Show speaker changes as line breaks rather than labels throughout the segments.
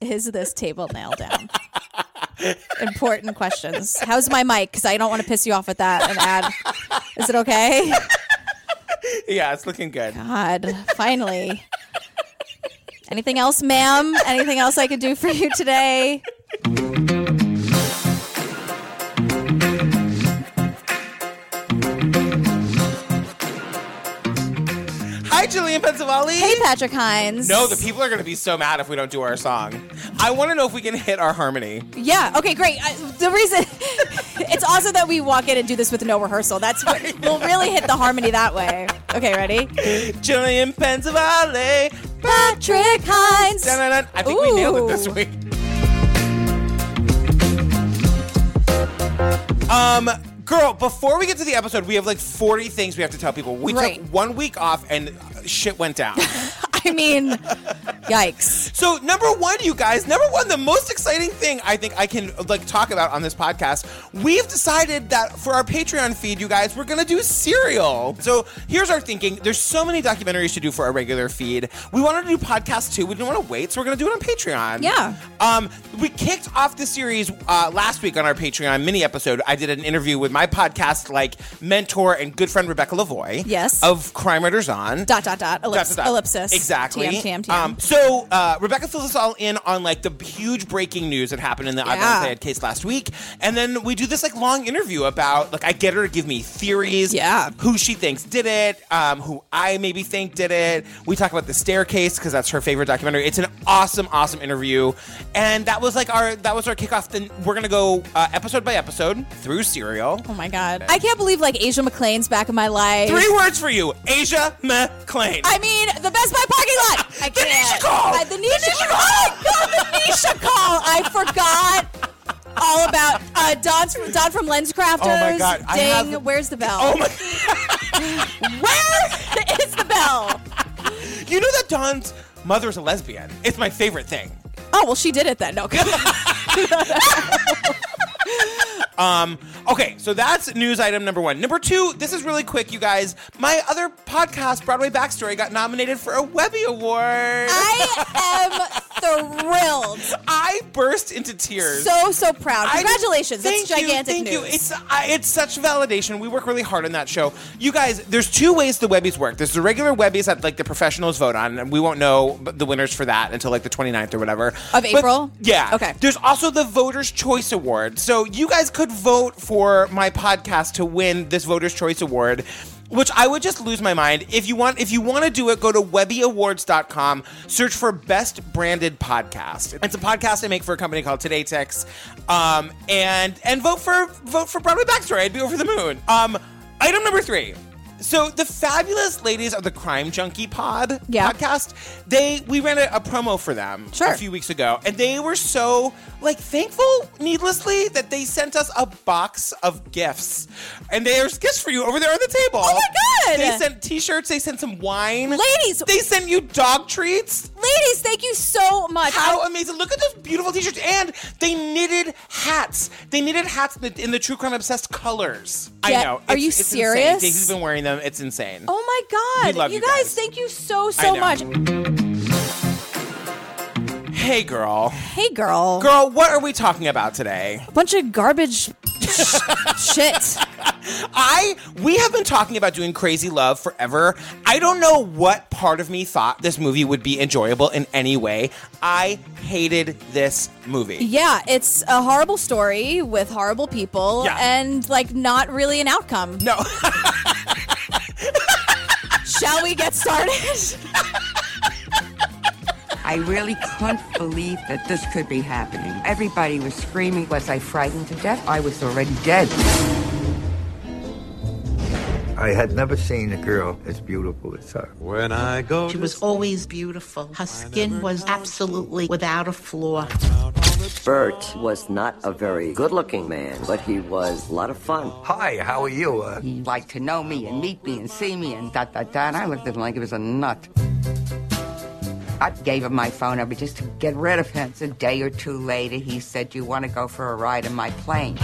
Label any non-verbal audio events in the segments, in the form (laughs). is this table nailed down? Important questions. How's my mic? Because I don't want to piss you off with that and add. Is it okay?
Yeah, it's looking good.
God, finally. Anything else, ma'am? Anything else I could do for you today?
Hi, Julian Pensavalli.
Hey, Patrick Hines.
No, the people are going to be so mad if we don't do our song. I want to know if we can hit our harmony.
Yeah. Okay. Great. I, the reason (laughs) it's also that we walk in and do this with no rehearsal. That's
(laughs)
what, we'll really hit the harmony that way. Okay. Ready?
Julian Pensavalli.
Patrick Hines.
Dun-dun-dun. I think we nailed it this
Ooh.
week. Um, girl, before we get to the episode, we have like 40 things we have to tell people. We
Right.
took one week off and shit went down.
I mean, (laughs) yikes.
so, number one, you guys, number one, the most exciting thing I think I can like talk about on this podcast, we've decided that for our Patreon feed, you guys, we're gonna do serial. So here's our thinking. There's so many documentaries to do for our regular feed. We wanted to do podcasts too. We didn't want to wait, so we're gonna do it on Patreon.
Yeah.
Um, we kicked off the series uh, last week on our Patreon mini episode. I did an interview with my podcast like mentor and good friend Rebecca Lavoy.
Yes.
Of Crime Writers On.
Dot dot dot. Uh, Ellipsis.
Dot, dot, dot.
Ellipsis.
Exactly.
TM TM TM.
Um, so uh, Rebecca fills us all in on like the huge breaking news that happened in the yeah.
Yeah.
case last week, and then we do this like long interview about like I get her to give me theories.
Yeah.
Who she thinks did it. Um, who I maybe think did it. We talk about the staircase because that's her favorite documentary. It's an awesome, awesome interview, and that was like our that was our kickoff. Then we're gonna go uh, episode by episode through Serial.
oh my god. I can't believe like Asia McLean's back in my life.
Three words for you, Asia McClain.
I mean, the Best Buy parking
(laughs)
lot. I
The
can't.
Nisha call!
I- the Nisha, call. Oh my God, the Nisha call. I forgot all about uh, Don from Don from Lenscrafters.
Oh my God, I
Ding.
have-
Where's the bell? (laughs)
oh my. (laughs)
Where is the bell?
You know that Dawn's mother's a lesbian. It's my favorite thing.
Oh well, she did it then. No.
(laughs) Um, Okay, so that's news item number one. Number two, this is really quick, you guys. My other podcast, Broadway Backstory, got nominated for a Webby Award. I,
I am thrilled.
burst into tears.
So so proud.
I-
Congratulations.
Thank
That's gigantic
you, thank
news.
you. It's I, it's such validation. We work really hard on that show. You guys, there's two ways the Webbies work. There's the regular Webbies that like the professionals vote on, and we won't know the winners for that until like the 29th or whatever
Of
But-
April?
yeah.
Okay.
There's also the Voters Choice Award. So you guys could vote for my podcast to win this Voters Choice Award. Which I would just lose my mind. If you want if you want to do it, go to webbyawards.com, search for best branded podcast. It's a podcast I make for a company called Today Techs. Um, and and vote for vote for Broadway Backstory. I'd be over the moon. Um, item number three. So the fabulous ladies of the Crime Junkie Pod
Yeah.
podcast, they we ran a, a promo for them
Sure.
a few weeks ago, and they were so like thankful, needlessly, that they sent us a box of gifts, and there's gifts for you over there on the table. Oh
my God!
They sent T-shirts, they sent some wine,
Ladies-
They sent you dog treats.
Ladies, thank you so much.
How amazing! Look at those beautiful T-shirts, and they knitted hats. They knitted hats in the, in the true crime obsessed colors. I
Yeah.
know.
Are you
it's Insane.
serious?
Daisy's been wearing them. It's insane.
Oh my God.
We love you
guys,
guys.
thank you so
I
so
know.
much.
Hey, girl.
Hey girl.
Girl, what are we talking about today?
bunch of
(laughs)
garbage sh- shit.
I we have been talking about doing Crazy Love forever. I don't know what part of me thought this movie would be enjoyable in any way. I hated this movie.
Yeah, it's a horrible story with horrible people
Yeah.
and like not really an outcome.
No,
(laughs) Shall we get started?
I really couldn't believe that this could be happening. Everybody was screaming. Was I frightened to death? I was already dead.
I had never seen a girl as beautiful as her.
When I go
She was always beautiful. Her skin was absolutely without a flaw.
Bert was not a very good looking man, but he was a lot of fun.
Hi, how are you? Uh,
He liked to know me and meet me and see me and da da da. And I looked at him like he was a nut. I gave him my phone number just to get rid of him. A day or two later, he said, "You want to go for a ride in my plane?"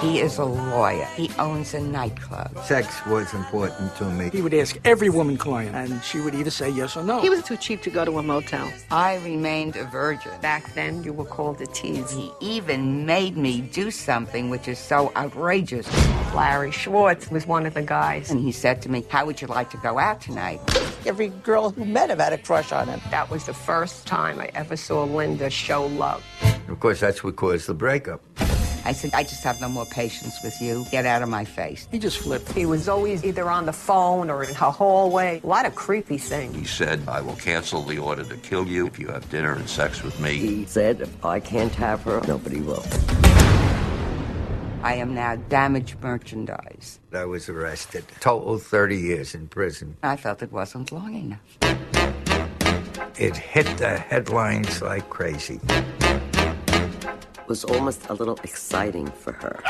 He is a lawyer. He owns a nightclub.
Sex was important to me.
He would ask every woman client, and she would either say yes or no.
He was too cheap to go to a motel.
I remained a virgin.
Back then, you were called a tease.
He even made me do something which is so outrageous.
Larry Schwartz was one of the guys.
And he said to me, How would you like to go out tonight?
Every girl who met him had a crush on him.
That was the first time I ever saw Linda show love.
Of course, that's what caused the breakup.
I said, I just have no more patience with you. Get out of my face.
He just flipped.
He was always either on the phone or in her hallway. A lot of creepy things.
He said, I will cancel the order to kill you if you have dinner and sex with me.
He said, if I can't have her, nobody will.
I am now damaged merchandise.
I was arrested. Total 30 years in prison.
I felt it wasn't long enough.
It hit the headlines like crazy.
It was almost a little exciting for her.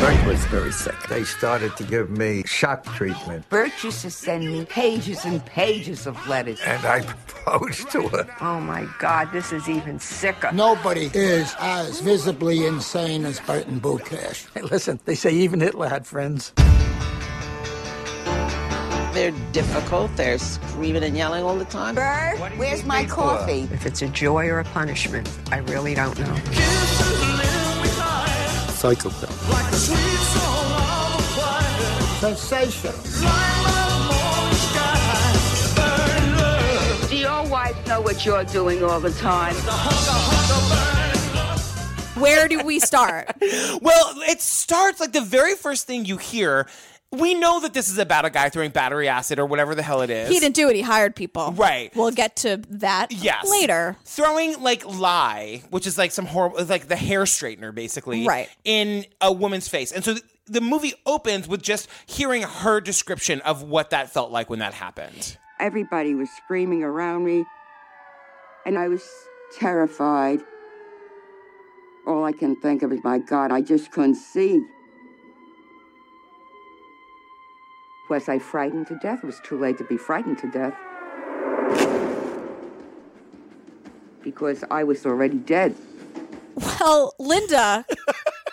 Bert was very sick.
They started to give me shock treatment,
Bert used to send me pages and pages of letters.
and I proposed to her.
Oh my God, this is even sicker.
Nobody is as visibly insane as Burton Bucash.
Hey, listen, they say even Hitler had friends.
They're difficult. They're screaming and yelling all the time.
Bert, where's my coffee?
If it's a joy or a punishment, I really don't know.
Psychopath. Sensational.
Do your wife know what you're doing all the time?
Where do we start?
(laughs) Well, it starts like the very first thing you hear. We know that this is about a guy throwing battery acid or whatever the hell it is.
he didn't do it. He hired people.
Right.
We'll get to that
Yes.
later.
Throwing like lie, which is like some horrible, it's like the hair straightener, basically,
Right.
in a woman's face. And so th- the movie opens with just hearing her description of what that felt like when that happened.
Everybody was screaming around me, and I was terrified. All I can think of is, my God, I just couldn't see. Was I frightened to death? It was too late to be frightened to death. Because I was already dead.
Well,
(laughs)
Linda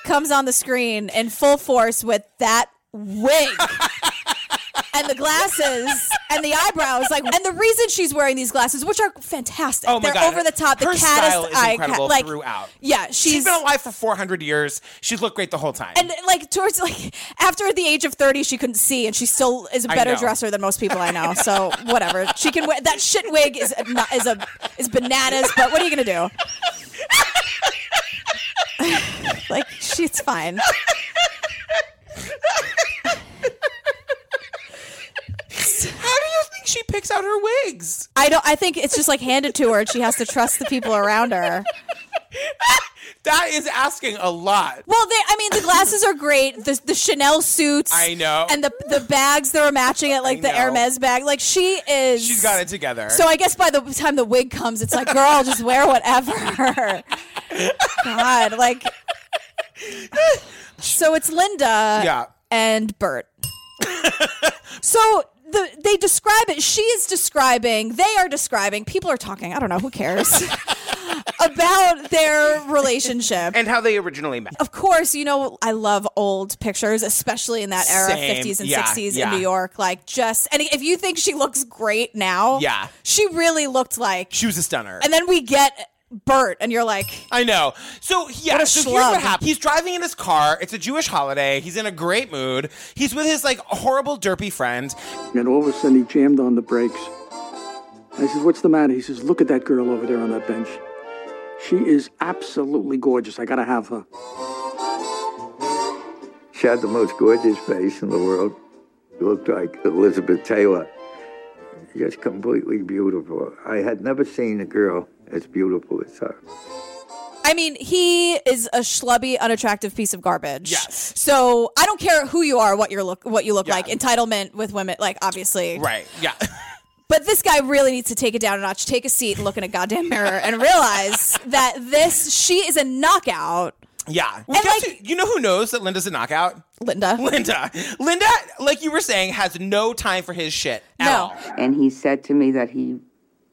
comes on the screen in full force with that wig. And the glasses and the eyebrows, like, and the reason she's wearing these glasses, which are fantastic,
Oh my
they're
god,
over the top. The
her
caddis
style is
eye,
incredible
like,
throughout.
yeah,
she's
she's
been alive for 400 years. She's looked great the whole time.
and like towards like after the age of 30 she couldn't see and she still is a
I
better
know.
dresser than most people i know
(laughs)
so whatever she can wear that shit wig is a- not, is a is bananas but what are you gonna do (laughs) like she's fine
(laughs) How do you think she picks out her wigs?
i don't i think it's just like handed to her and she has to trust the people around her
That is asking a lot.
well they i mean the glasses are great the, the chanel suits
I know.
and the the bags that are matching it like
I
the
know.
hermes bag like she is
She's got it together.
So I guess by the time the wig comes, it's like, girl, just wear whatever. (laughs) God, like. So it's Linda
Yeah.
and Bert. so the they describe it. She is describing. They are describing. People are talking. I don't know who cares (laughs) about their relationship.
and how they originally met.
of course, you know I love old pictures, especially in that era,
Same.
fifties and
Yeah,
sixties
yeah.
in New York. Like just and if you think she looks great now,
Yeah.
she really looked like.
She was a stunner.
And then we get Bert, and you're like,
I know. So yeah,
What a
so here's what
schlub.
happened. He's driving in his car. It's a Jewish holiday. He's in a great mood. He's with his like horrible derpy friend.
And all of a sudden, he jammed on the brakes. I said, What's the matter? He says, Look at that girl over there on that bench. She is absolutely gorgeous. I gotta have her.
She had the most gorgeous face in the world. Looked like Elizabeth Taylor. Just completely beautiful. I had never seen a girl as beautiful as her.
I mean, he is a schlubby, unattractive piece of garbage.
Yes.
So I don't care who you are, what you're look, what you look
Yeah.
like. Entitlement with women, like obviously.
Right. Yeah.
But this guy really needs to take it down a notch, take a seat, and look in a goddamn mirror, and realize that this she is a knockout,
(laughs) Yeah. We
And,
got
like-
to- you know who knows that Linda's a knockout?
Linda.
Linda. Linda, like you were saying, has no time for his (laughs) shit at
No.
all.
And he said to me that he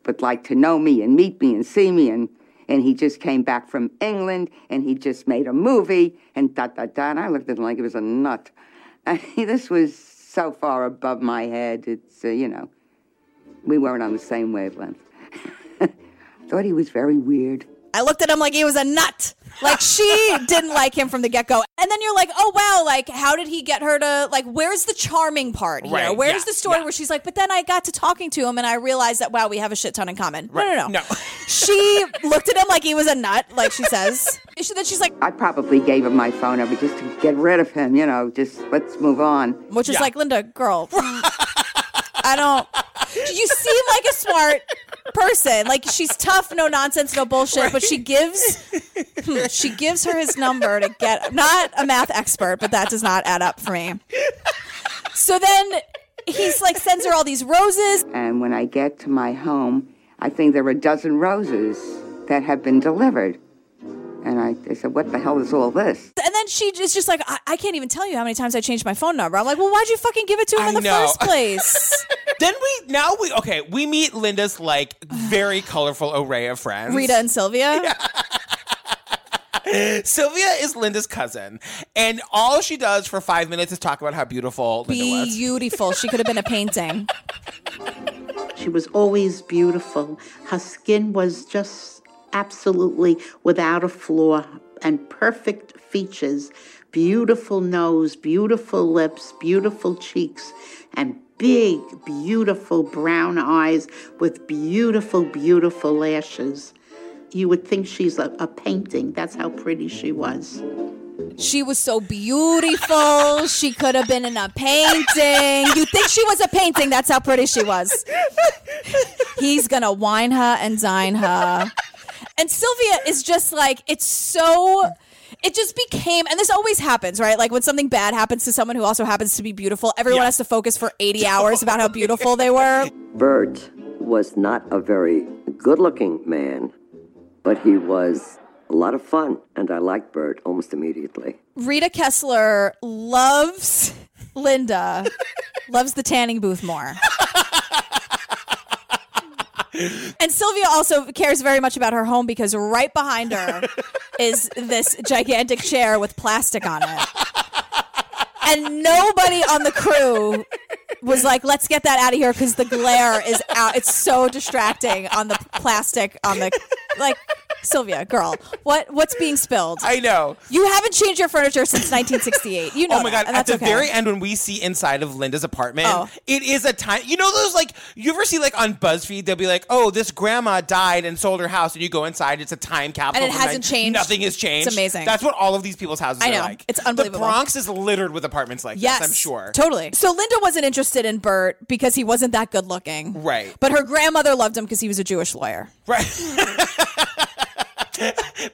would like to know me and meet me and see me and and he just came back from England and he just made a movie and da da da. And I looked at him like he was a nut. (laughs) I mean, this was so far above my head. It's, uh, you know, we weren't on the same wavelength. (laughs) Thought he was very weird.
I looked at him like he was a nut. Like she didn't like him from the get go. And then you're like, oh wow, like how did he get her to like where's the charming part here?
Right,
where's
yeah,
the story where she's like, but then I got to talking to him and I realized that wow, we have a shit ton in common. No, no, no.
No.
she looked at him like he was a nut, like she
(laughs)
says. She- then she's like,
I probably gave him my phone number just to get rid of him, you know, just let's move on.
which is like, Linda, girl, I don't. (laughs) You seem like a smart person. Like she's tough, no nonsense, no bullshit. But she gives, hmm, she gives her his number to get. Not a math expert, but that does not add up for me. So then he's like sends her all these roses.
And when I get to my home, I think there were a dozen roses that have been delivered. And I, I said, What the hell is all this?
And then she is just like, I, I can't even tell you how many times I changed my phone number. I'm like, well, why'd you fucking give it to him
I
in the
know.
first
(laughs)
place?
Then we now we okay, we meet Linda's like very colorful array of friends.
Rita and Sylvia.
(laughs) Sylvia is Linda's cousin, and all she does for five minutes is talk about how beautiful Linda was.
Beautiful. She could have been a painting.
She was always beautiful. Her skin was just absolutely without a flaw and perfect features. Beautiful nose, beautiful lips, beautiful cheeks, and big, beautiful brown eyes with beautiful, beautiful lashes. You would think she's a, a painting. That's how pretty she was.
She was so beautiful. She could have been in a painting. You think she was a painting? That's how pretty she was. He's gonna wine her and dine her. And Sylvia is just like it's so. It just became, and this always happens, right? Like when something bad happens to someone who also happens to be beautiful, everyone has to focus for 80 hours about how beautiful they were.
Bert was not a very good looking man, but he was a lot of fun, and I liked Bert almost immediately.
Rita Kessler loves Linda, loves the tanning booth more. And Sylvia also cares very much about her home because right behind her is this gigantic chair with plastic on it. And nobody on the crew was like, let's get that out of here because the glare is out. It's so distracting on the plastic on the like Sylvia, girl, what what's being spilled?
I know.
You haven't changed your furniture since 1968. You know.
oh my
that,
god!
and
At
that's okay.
the very end, when we see inside of Linda's apartment,
Oh.
it is a time. You know those like you ever see like on BuzzFeed? They'll be like, "Oh, this grandma died and sold her house," and you go inside, it's a time capsule,
And it
from
hasn't changed.
Nothing has changed.
It's amazing.
That's what all of these people's houses
I know.
are like.
It's unbelievable.
The Bronx is littered with apartments like
Yes,
this. I'm sure.
Totally. So Linda wasn't interested in Bert because he wasn't that good looking.
Right.
But her grandmother loved him because he was a Jewish lawyer.
Right.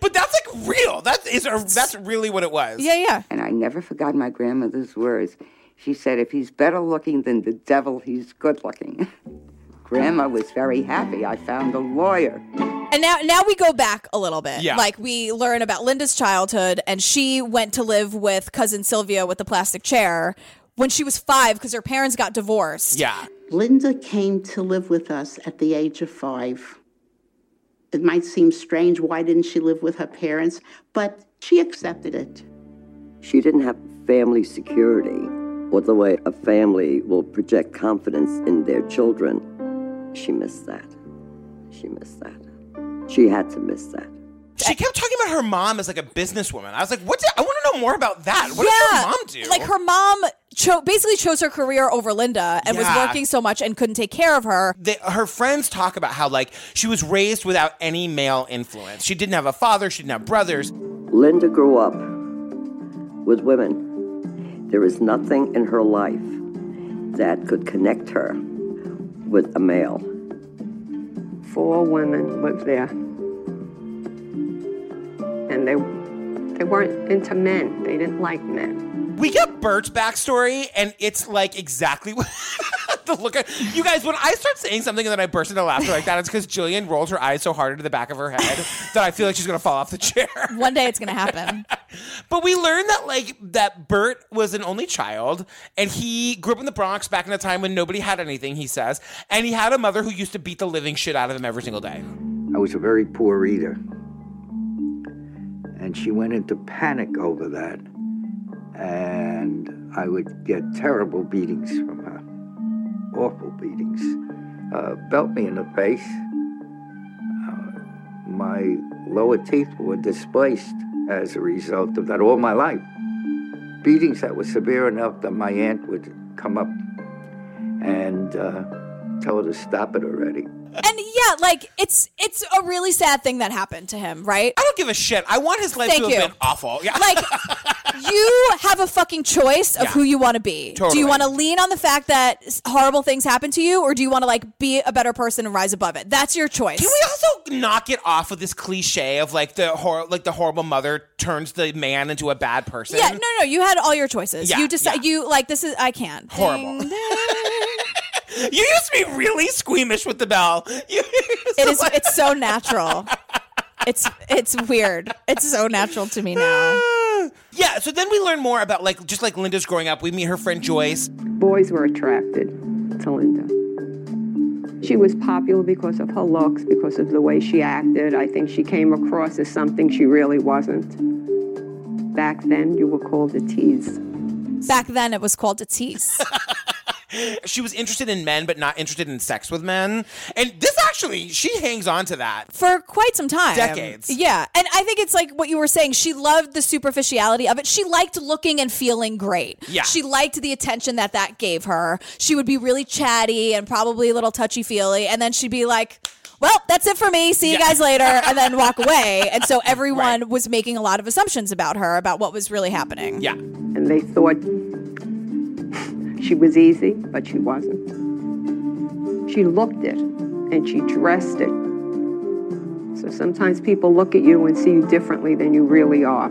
but that's like real. That is a, that's really what it was.
Yeah, yeah.
And I never forgot my grandmother's words. She said, If he's better looking than the devil, he's good looking. (laughs) Grandma was very happy. I found a lawyer.
And now now we go back a little bit.
Yeah.
Like we learn about Linda's childhood and she went to live with cousin Sylvia with the plastic chair when she was 5 because her parents got divorced.
Yeah.
Linda came to live with us at the age of five. It might seem strange. Why didn't she live with her parents? But she accepted it.
She didn't have family security or the way a family will project confidence in their children. She missed that. She missed that. She had to miss that.
She kept talking about her mom as like a businesswoman. I was like, what? Did, I want to know more about that. What does her mom do?
Like her mom cho- basically chose her career over Linda and
Yeah.
was working so much and couldn't take care of her.
They, her friends talk about how like she was raised without any male influence. She didn't have a father. She didn't have brothers.
Linda grew up with women. There is nothing in her life that could connect her with a male.
four women lived there. And they they weren't into men. They didn't like men.
We get Bert's backstory, and it's like exactly (laughs) what. The look at you guys when I start saying something and then I burst into laughter like that, it's because Jillian rolled her eyes so hard into the back of her head that I feel like she's gonna fall off the chair. (laughs)
One day it's going to happen.
But we learned that like that Bert was an only child and he grew up in the Bronx back in a time when nobody had anything, he says. And he had a mother who used to beat the living shit out of him every single day.
I was a very poor reader. And she went into panic over that. And I would get terrible beatings from her awful beatings. Uh, belt me in the face. Uh, my lower teeth were displaced as a result of that all my life. Beatings that were severe enough that my aunt would come up and uh, tell her to stop it already.
And yeah, like it's it's a really sad thing that happened to him, right?
I don't give a shit. I want his life
Thank
to
you.
have been awful. Yeah.
(laughs) Like you have a fucking choice of who you want to be. Do
Totally.
you want to lean on the fact that s- horrible things happen to you or do you want to like be a better person and rise above it? That's your choice.
Can we also knock it off with this cliche of like the hor- like the horrible mother turns the man into a bad person?
yeah, no, no, you had all your choices.
Yeah,
you decide you like this is I can't.
Horrible. (laughs) you used to be really squeamish with the bell. You
It is it's so natural. It's it's weird. It's so natural to me
(laughs)
now.
Yeah, so then we learn more about like just like Linda's growing up. We meet her friend Joyce.
Boys were attracted to Linda. She was popular because of her looks, because of the way she acted. I think she came across as something she really wasn't. Back then, you were called a tease.
Back then it was called a tease.
She was interested in men but not interested in sex with men. And this actually she hangs on to that.
for quite some time.
Decades.
Yeah. And I think it's like what you were saying. She loved the superficiality of it. She liked looking and feeling great.
Yeah.
She liked the attention that that gave her. She would be really chatty and probably a little touchy feely. And then she'd be like, well, that's it for me. See you guys later. And then walk away. And
(laughs)
so everyone was making a lot of assumptions about her, about what was really happening.
Yeah.
And they thought she was easy, but she wasn't. She looked it and she dressed it. So sometimes people look at you and see you differently than you really are.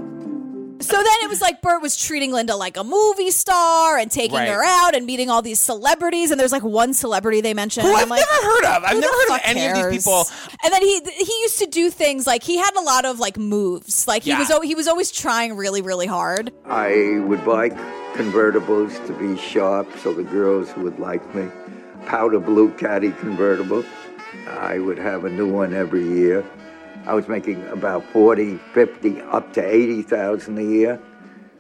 So then it was like Bert was treating Linda like a movie star and taking
Right.
her out and meeting all these celebrities. And there's like one celebrity they mentioned
Who
and
I've
I'm like,
never heard of. I've
who the
never heard of
fuck
any of these
cares?
people.
And then he he used to do things like he had a lot of like moves. Like he
Yeah.
was al- he was always trying really really hard.
I would buy convertibles to be sharp so the girls would like me. Powder blue caddy convertible. I would have a new one every year. I was making about 40, 50, up to 80,000 a year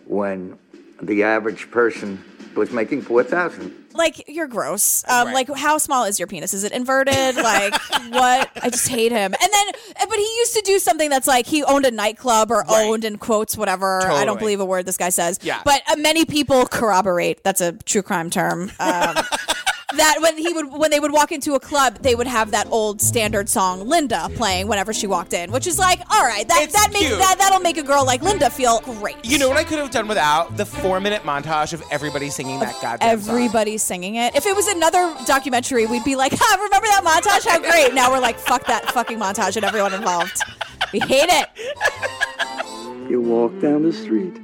when the average person was making 4,000.
Like you're gross. Um, Like how small is your penis? Is it inverted?
(laughs)
Like what? I just hate him. And then, but he used to do something that's like he owned a nightclub or owned in quotes whatever. I don't
Totally.
believe a word this guy says.
Yeah.
But uh, many people corroborate. That's a true crime term. Um, that when he would when they would walk into a club, they would have that old standard song Linda playing whenever she walked in, which is like, all right, that that makes
cute.
that that'll make a girl like Linda feel great.
You know what I could have done without the four minute montage of everybody singing that goddamn song.
Everybody singing it. If it was another documentary, we'd be like, (laughs) ha, remember that montage? How great. Now we're like, fuck that fucking montage and everyone involved. We hate it.
You walk down the street,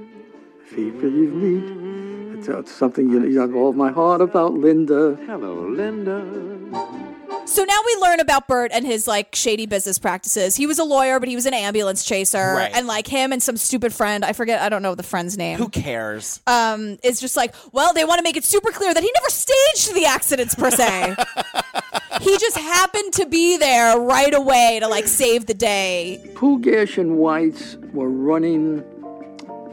feet you've meet. It's, it's something you, you have all my heart about Linda. Hello, Linda.
So now we learn about Bert and his like shady business practices. He was a lawyer, but he was an ambulance chaser.
Right.
And like him and some stupid friend, I forget, I don't know the friend's name.
Who cares?
um, is just like, well, they want to make it super clear that he never staged the accidents per
(laughs)
se. he just happened to be there right away to like save the day.
Pooh Gash and Whites were running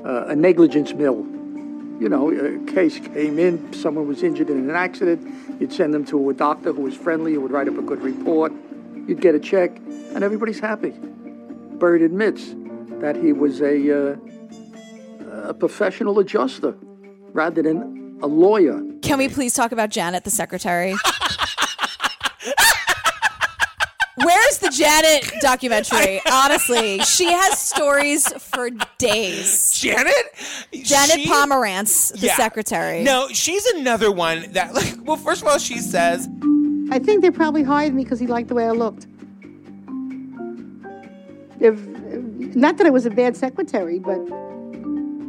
uh, a negligence mill. You know, a case came in, someone was injured in an accident. You'd send them to a doctor who was friendly, who would write up a good report. You'd get a check, and everybody's happy. Bird admits that he was a, uh, a professional adjuster rather than a lawyer.
Can we please talk about Janet, the secretary? Where's the Janet
(laughs)
documentary? Honestly, she has stories for days.
Janet?
Janet
She-
Pomerantz, the
Yeah.
secretary.
No, she's another one that like well, first of all, she says
I think they probably hired me because he liked the way I looked. If, not that I was a bad secretary, but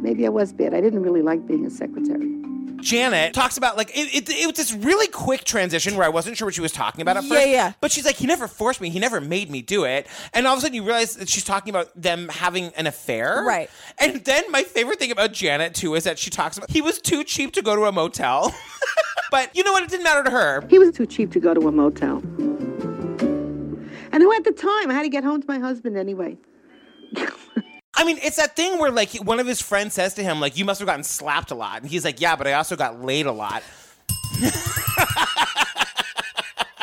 maybe I was bad. I didn't really like being a secretary.
Janet talks about like it, it, it was this really quick transition where I wasn't sure what she was talking about at
Yeah,
first.
yeah.
But she's like, he never forced me, he never made me do it. And all of a sudden you realize that she's talking about them having an affair.
Right.
And then my favorite thing about Janet too is that she talks about he was too cheap to go to a motel. (laughs) but you know what? It didn't matter to her.
He was too cheap to go to a motel. And at the time, I had to get home to my husband anyway.
I mean, it's that thing where like one of his friends says to him, like, "You must have gotten slapped a lot," and he's like, "Yeah, but I also got laid a lot."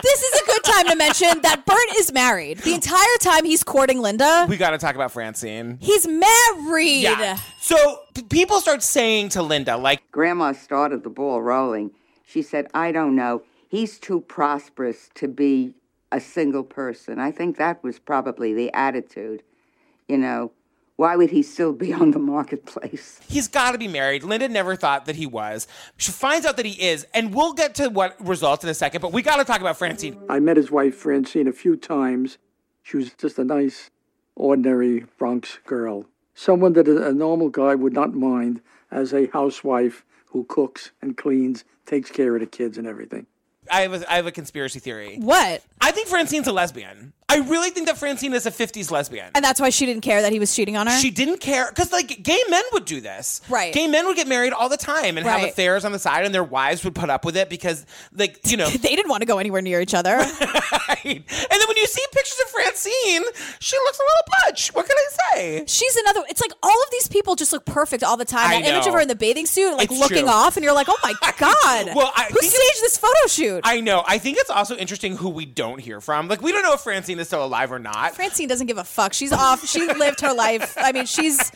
This is a good time to mention that Bert is married. The entire time he's courting Linda,
We got to talk about Francine.
he's married.
Yeah. So p- people start saying to Linda, like,
Grandma started the ball rolling. She said, I don't know. He's too prosperous to be a single person. I think that was probably the attitude. You know, why would he still be on the marketplace?
He's got to be married. Linda never thought that he was. She finds out that he is, and we'll get to what results in a second, but we got to talk about Francine.
I met his wife Francine a few times. She was just a nice, ordinary Bronx girl. Someone that a a normal guy would not mind as a housewife who cooks and cleans, takes care of the kids and everything.
I have a, I have a conspiracy theory.
What?
I think Francine's a lesbian. I really think that Francine is a 50s lesbian.
And that's why she didn't care that he was cheating on her?
She didn't care because, like, gay men would do this.
Right.
Gay men would get married all the time and have
Right.
affairs on the side, and their wives would put up with it because, like, you
(laughs)
know.
they didn't want to go anywhere near each
(laughs)
other.
And then when you see pictures of Francine, she looks a little butch. What can I say?
She's another. It's like all of these people just look perfect all the time.
I
That image of
know.
her in the bathing suit, like
It's
looking
true.
off, and you're like, oh my god,
Well, (laughs) I
who
think
staged
it-
this photo shoot?
I know. I think it's also interesting who we don't hear from. Like, we don't know if Francine is still alive or not.
Francine doesn't give a fuck. She's off. She lived her life. I mean, she's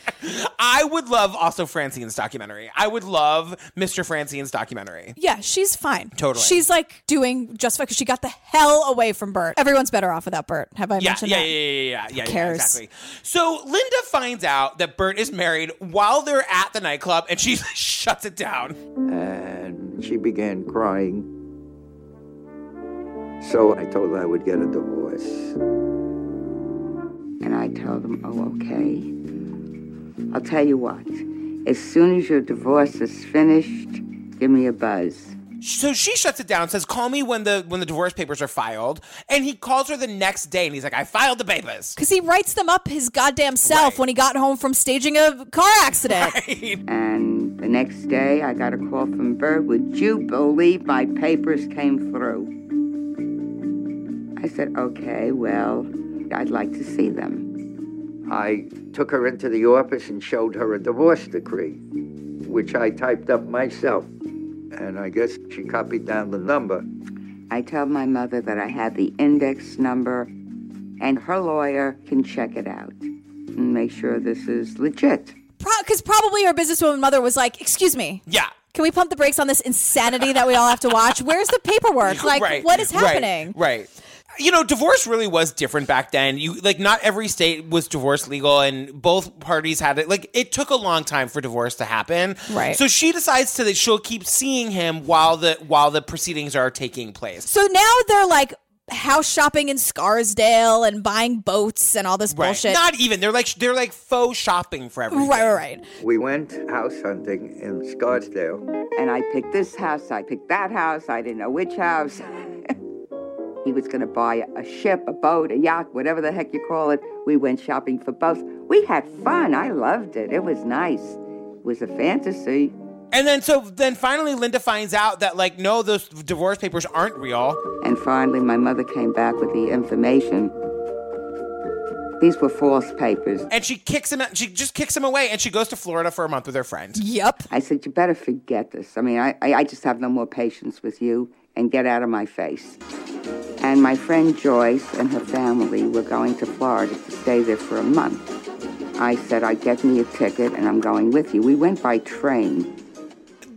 I would love also Francine's documentary. I would love Mr. Francine's documentary.
yeah, she's fine.
Totally.
She's like doing just because she got the hell away from Bert. Everyone's better off without Bert. Have I
Yeah,
mentioned
yeah, yeah,
that?
yeah, yeah, yeah, yeah,
cares?
exactly. So Linda finds out that Bert is married while they're at the nightclub, and she (laughs) shuts it down.
and she began crying. So I told her I would get a divorce.
And I tell them, oh, okay. I'll tell you what. As soon as your divorce is finished, give me a buzz.
So she shuts it down, says, "Call me when the when the divorce papers are filed." And he calls her the next day, and he's like, "I filed the papers."
Because he writes them up his goddamn self when he got home from staging a car accident.
And the next day, I got a call from Bert. Would you believe my papers came through? I said, okay, well, I'd like to see them.
I took her into the office and showed her a divorce decree, which I typed up myself. And I guess she copied down the number.
I tell my mother that I have the index number, and her lawyer can check it out and make sure this is legit.
Because probably her businesswoman mother was like, "Excuse me,
Yeah.
Can we pump the brakes on this insanity that we all have to watch? Where's the
(laughs)
paperwork? Like,
Right,
what is
right,
happening?
Right, You know, divorce really was different back then. You like not every state was divorce legal and both parties had it like it took a long time for divorce to happen.
Right.
So she decides to that she'll keep seeing him while the while the proceedings are taking place.
So now they're like house shopping in Scarsdale and buying boats and all this bullshit.
Not even. They're like they're like faux shopping for everything.
right, right, right.
We went house hunting in Scarsdale.
And I picked this house, I picked that house, I didn't know which house. (laughs) he was going to buy a ship, a boat, a yacht, whatever the heck you call it. We went shopping for both. We had fun. I loved it. It was nice. It was a fantasy.
And then so then finally Linda finds out that like no, those divorce papers aren't real.
And finally, my mother came back with the information. These were false papers.
And she kicks him out she just kicks him away and she goes to Florida for a month with her friend.
Yep.
I said, You better forget this. I mean, I, I, I just have no more patience with you and get out of my face. And my friend Joyce and her family were going to Florida to stay there for a month. I said, I get me a ticket and I'm going with you. We went by train.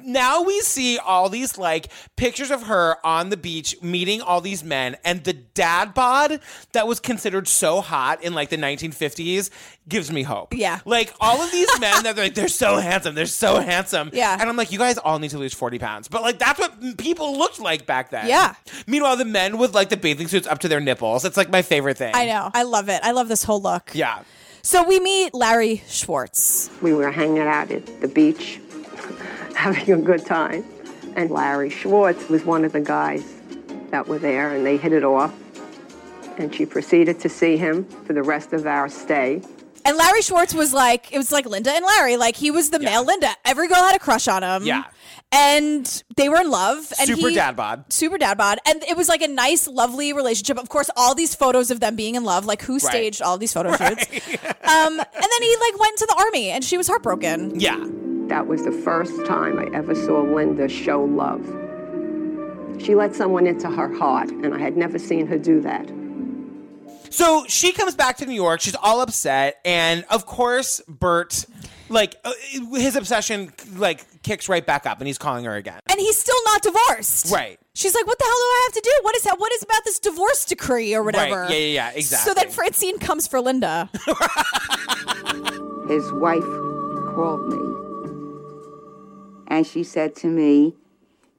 now we see all these like pictures of her on the beach meeting all these men and the dad bod that was considered so hot in like the 1950s gives me hope
Yeah.
like all of these
(laughs)
men that they're like they're so handsome they're so handsome
Yeah.
and i'm like you guys all need to lose 40 pounds but like that's what people looked like back then
Yeah.
meanwhile the men with like the bathing suits up to their nipples it's like my favorite thing
I know. I love it. I love this whole look.
yeah
So we meet Larry Schwartz.
We were hanging out at the beach, (laughs) having a good time. And Larry Schwartz was one of the guys that were there, and they hit it off. And she proceeded to see him for the rest of our stay.
And Larry Schwartz was like, it was like Linda and Larry. Like he was the male Linda. Every girl had a crush on him.
Yeah.
And they were in love. And
Super
he-
dad bod.
Super dad bod. And it was like a nice, lovely relationship. Of course, all these photos of them being in love. Like who
(laughs) Right.
staged all these photo shoots? um, and then he like went to the army and she was heartbroken.
Yeah.
That was the first time I ever saw Linda show love. She let someone into her heart, and I had never seen her do that.
So she comes back to New York. She's all upset, and of course, Bert, like uh, his obsession, like kicks right back up, and he's calling her again.
And he's still not divorced.
Right.
She's like, what the hell do I have to do? What is that? What is about this divorce decree or whatever?
Right. Yeah, yeah, yeah. Exactly.
So then Francine comes for Linda.
His wife called me and she said to me,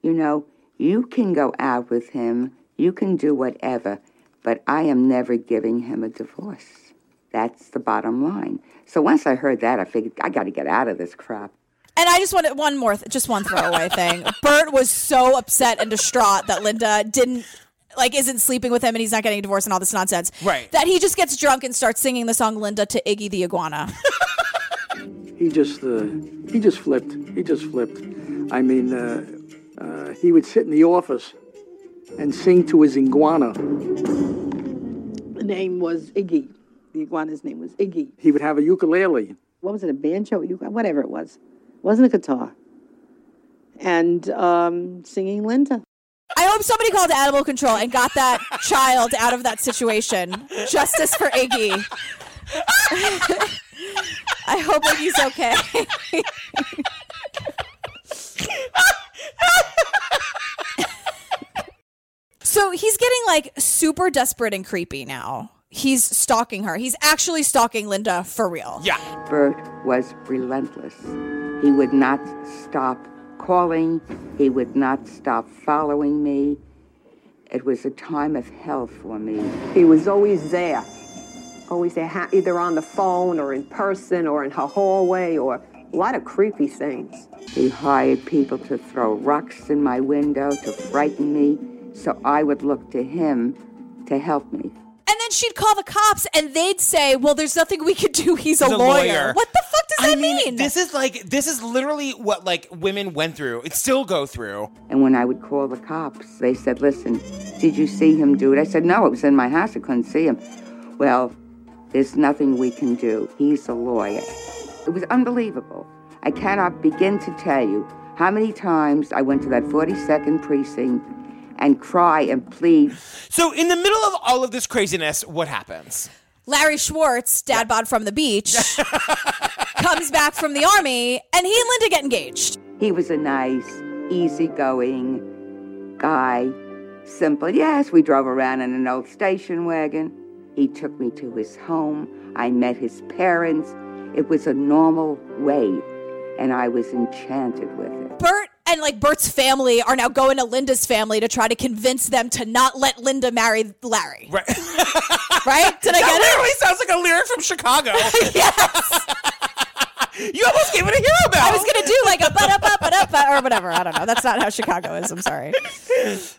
You know, you can go out with him, you can do whatever, but I am never giving him a divorce. That's the bottom line. So once I heard that, I figured I got to get out of this crap.
And I just wanted one more, th- just one throwaway thing. Bert was so upset and distraught that Linda didn't, like, isn't sleeping with him and he's not getting a divorce and all this nonsense.
Right.
That he just gets drunk and starts singing the song Linda to Iggy the Iguana.
He just uh, he just flipped. He just flipped. I mean, uh, uh, he would sit in the office and sing to his iguana.
The name was Iggy. The iguana's name was Iggy.
He would have a ukulele.
What was it? A banjo? You- Whatever it was. It wasn't a guitar. And um, singing Linda.
I hope somebody called animal control and got that child out of that situation. Justice for Iggy. (laughs) I hope Iggy's okay. (laughs) so he's getting like super desperate and creepy now. He's stalking her. He's actually stalking Linda for real.
Yeah.
Bert was relentless. He would not stop calling, he would not stop following me. It was a time of hell for me.
He was always there, always there, ha- either on the phone or in person or in her hallway or a lot of creepy things.
He hired people to throw rocks in my window to frighten me, so I would look to him to help me.
And then she'd call the cops and they'd say, Well, there's nothing we could do. He's a,
He's a
lawyer.
lawyer.
What the fuck does that mean?
This is like this is literally what like women went through. It still go through.
And when I would call the cops, they said, Listen, did you see him do it? I said, No, it was in my house. I couldn't see him. Well, there's nothing we can do. He's a lawyer. It was unbelievable. I cannot begin to tell you how many times I went to that 42nd precinct and cry and plead.
So in the middle of all of this craziness, what happens?
Larry Schwartz, dad bod from the beach, comes back from the army, and he and Linda get engaged.
He was a nice, easygoing guy, simple. Yes, we drove around in an old station wagon. He took me to his home. I met his parents. It was a normal way, and I was enchanted with it.
Bert and like Bert's family are now going to Linda's family to try to convince them to not let Linda marry Larry.
Right?
right? Did I get
that
it?
literally sounds like a lyric
(laughs)
from Chicago. (laughs) You almost gave it a hero bell.
I was gonna do like a ba da ba da or whatever. I don't know. That's not how Chicago is. I'm sorry.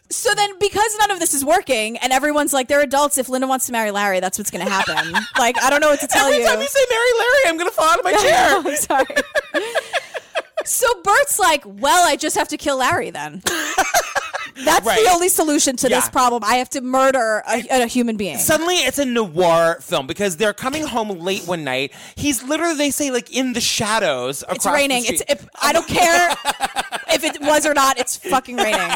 So then, because none of this is working, and everyone's like, "They're adults. If Linda wants to marry Larry, that's what's gonna (laughs) happen." Like, I don't know what to tell
Every
you.
time you say Mary Larry, I'm gonna
(laughs)
fall out of my chair.
I'm sorry. so Bert's like, well, I just have to kill Larry (laughs) then. That's
Right.
the only solution to this
Yeah.
problem. I have to murder a, a human being.
Suddenly, it's a noir film because they're coming home late one night. He's literally, they say, like in the shadows. Across
it's
the
raining. It's
street. (laughs)
if, I don't care if it was or not. It's fucking raining.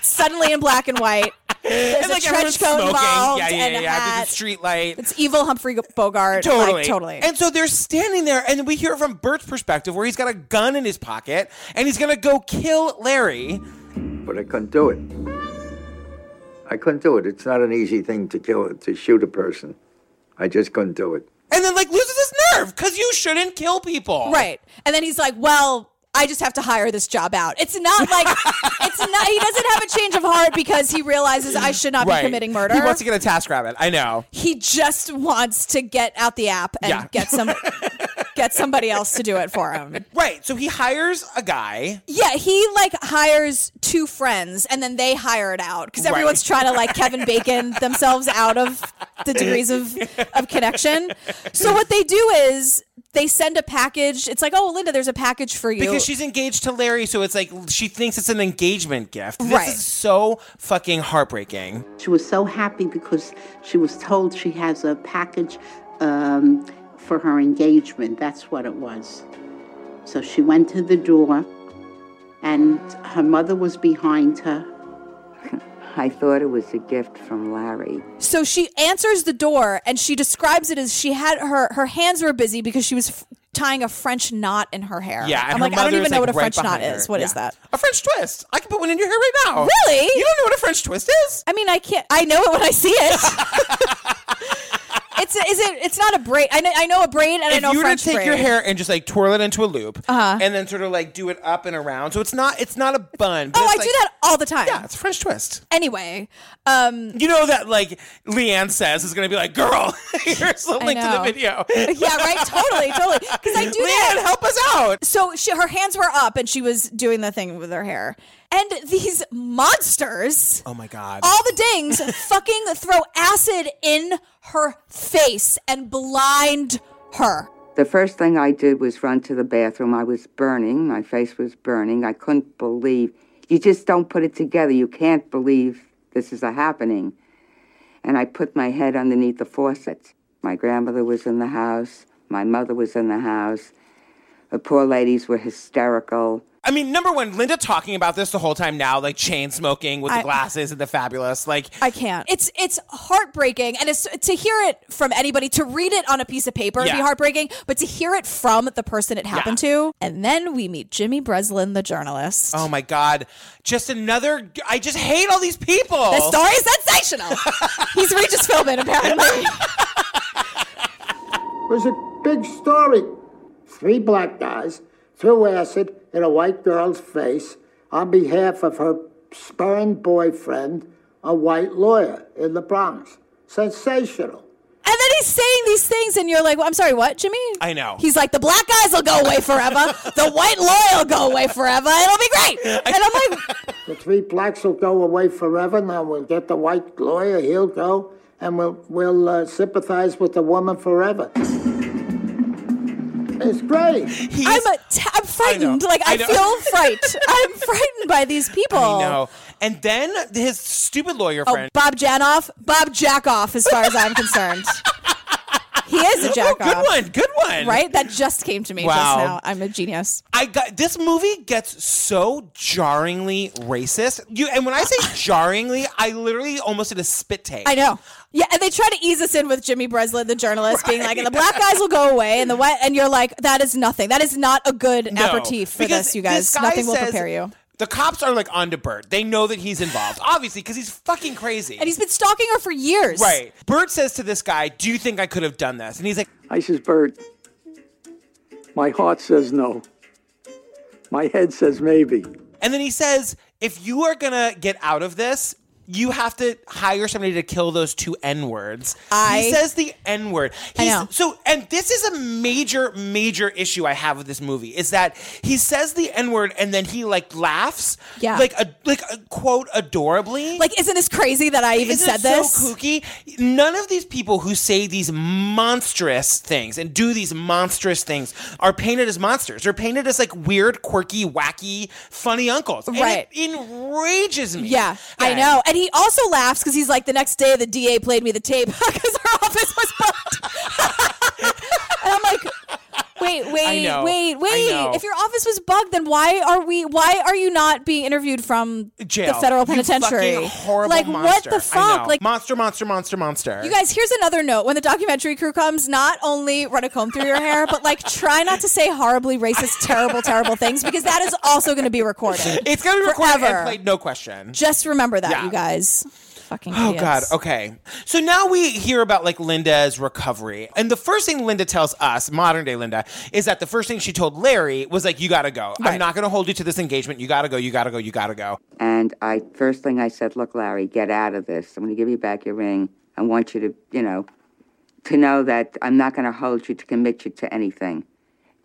Suddenly in black and white. There's
And,
a
like, everyone's
trench coat
smoking.
involved
Yeah, yeah,
and
yeah.
a
There's
hat.
a street light.
It's evil Humphrey Bogart.
Totally.
Like, totally.
And so they're standing there, and we hear from Bert's perspective where he's got a gun in his pocket and he's going to go kill Larry.
but I couldn't do it. I couldn't do it. It's not an easy thing to kill, to shoot a person. I just couldn't do it.
And then, like, loses his nerve because you shouldn't kill people.
Right. And then he's like, well, I just have to hire this job out. It's not like it's not he doesn't have a change of heart because he realizes I should not
Right.
be committing murder.
He wants to get
(laughs)
a task rabbit. I know.
He just wants to get out the app and
Yeah.
get some get somebody else to do it for him.
Right. So he hires a guy.
Yeah, he like hires two friends and then they hire it out because everyone's trying to like Kevin
(laughs)
Bacon themselves out of the degrees of, of connection. So what they do is they send a package. It's like, oh, Linda, there's a package for you.
Because she's engaged to Larry, so it's like she thinks it's an engagement gift. This
Right.
is so fucking heartbreaking.
She was so happy because she was told she has a package um, for her engagement. That's what it was. So she went to the door, and her mother was behind her.
I thought it was a gift from Larry.
So she answers the door and she describes it as she had her her hands were busy because she was f- tying a French knot in her hair.
Yeah, and
I'm
her
like, I don't
mother
even
is,
know
like,
what a
right
French knot
behind her.
is. What is
Yeah.
that?
A French twist. I can put one in your hair right now.
Really?
Oh. You don't know what a French twist is?
I mean, I can't. I know it when I see
(laughs)
it. it's is it? It's not a braid. I know, I know a braid and I
if
know
you were
French
to take
braid.
your hair and just like twirl it into a loop,
Uh-huh.
and then sort of like do it up and around, so it's not it's not a bun. But
oh, I
it's like-
do that all the time.
Yeah, it's a French twist.
Anyway, um,
You know that like Leanne says is gonna be
(laughs)
like, girl, (laughs) here's the
I
link to the
know.
video.
yeah, right. Totally, totally. Because I do that.
Leanne, help us out.
So she, her hands were up, and she was doing the thing with her hair. And these monsters,
Oh my god.
all the dings, fucking throw acid in her face and blind her.
The first thing I did was run to the bathroom. I was burning. My face was burning. I couldn't believe. You just don't put it together. You can't believe this is a happening. And I put my head underneath the faucets. My grandmother was in the house. My mother was in the house. The poor ladies were hysterical.
I mean, number one, Linda talking about this the whole time now, like chain smoking with
I-
the glasses and the fabulous, like
I can't. It's it's heartbreaking, and it's, to hear it from anybody, to read it on a piece of paper would be
Yeah.
heartbreaking, but to hear it from the person it happened to, and then we meet Jimmy Breslin, the journalist.
Oh my God. Just another. I just hate all these people.
The story is
(laughs)
sensational. He's Regis Philbin, apparently.
It was a big story. Three black guys threw acid in a white girl's face on behalf of her spurned boyfriend, a white lawyer in the Bronx. Sensational.
And then he's saying these things, and you're like, well, I'm sorry, what, Jimmy?
I know.
He's like, the black guys will go away forever. the white lawyer will go away forever. It'll be great. And I'm like,
The three blacks will go away forever. Now we'll get the white lawyer, he'll go, and we'll, we'll uh, sympathize with the woman forever. It's great.
I'm, a t- I'm frightened. like, I,
I know.
feel
(laughs)
fright. I'm frightened by these people.
I know. And then his stupid lawyer
Oh,
friend.
Bob Janoff? Bob Jackoff, as far as I'm concerned. he is a
(laughs) Oh,
jackoff.
good one. Good one.
Right? That just came to me
Wow.
just now. I'm a genius.
I got this movie gets so jarringly racist. You and when I say
(laughs)
jarringly, I literally almost did a spit take.
I know. Yeah, and they try to ease us in with Jimmy Breslin, the journalist, being like, "And the black guys will go away," and the white, and you're like, "That is nothing. That is not a good
No,
aperitif for
because
this, you guys.
this guy
nothing will
says-
prepare you."
The cops are like on to Bert. They know that he's involved, obviously, because he's fucking crazy.
And he's been stalking her for years.
right. Bert says to this guy, "Do you think I could have done this?" And he's like,
I says, Bert, my heart says no. My head says maybe.
And then he says, if you are gonna get out of this, you have to hire somebody to kill those two N words.
I-
He says the N word.
I know.
So, and this is a major, major issue I have with this movie is that he says the N word and then he like laughs,
Yeah.
like a like a quote adorably.
Like, isn't this crazy that I even
Isn't
said
it
this?
So kooky. None of these people who say these monstrous things and do these monstrous things are painted as monsters. They're painted as like weird, quirky, wacky, funny uncles. And
Right.
it enrages me.
Yeah, I know. And he also laughs because he's like, the next day the DA played me the tape (laughs) because her office was booked. (laughs) and I'm like, wait, wait,
know.
wait,
I
wait.
know.
If your office was bugged, then why are we? Why are you not being interviewed from
Jail.
the federal
You
penitentiary?
fucking horrible
like
monster.
what the
I
fuck?
know.
Like
monster, monster, monster, monster.
you guys, here's another note. When the documentary crew comes, not only run a comb through your hair, but like try not to say horribly racist, terrible, terrible things because that is also going to be recorded.
It's gonna be recorded
Forever.
and played, no question.
Just remember that,
Yeah.
you guys. Fucking
Oh
idiots.
God. Okay. So now we hear about like Linda's recovery, and the first thing Linda tells us, modern day Linda, is that the first thing she told Larry was like, "You gotta go. I'm not gonna hold you to this engagement. You gotta go. You gotta go. You gotta go."
And I first thing I said, look, Larry, get out of this. I'm going to give you back your ring. I want you to, you know, to know that I'm not going to hold you to commit you to anything.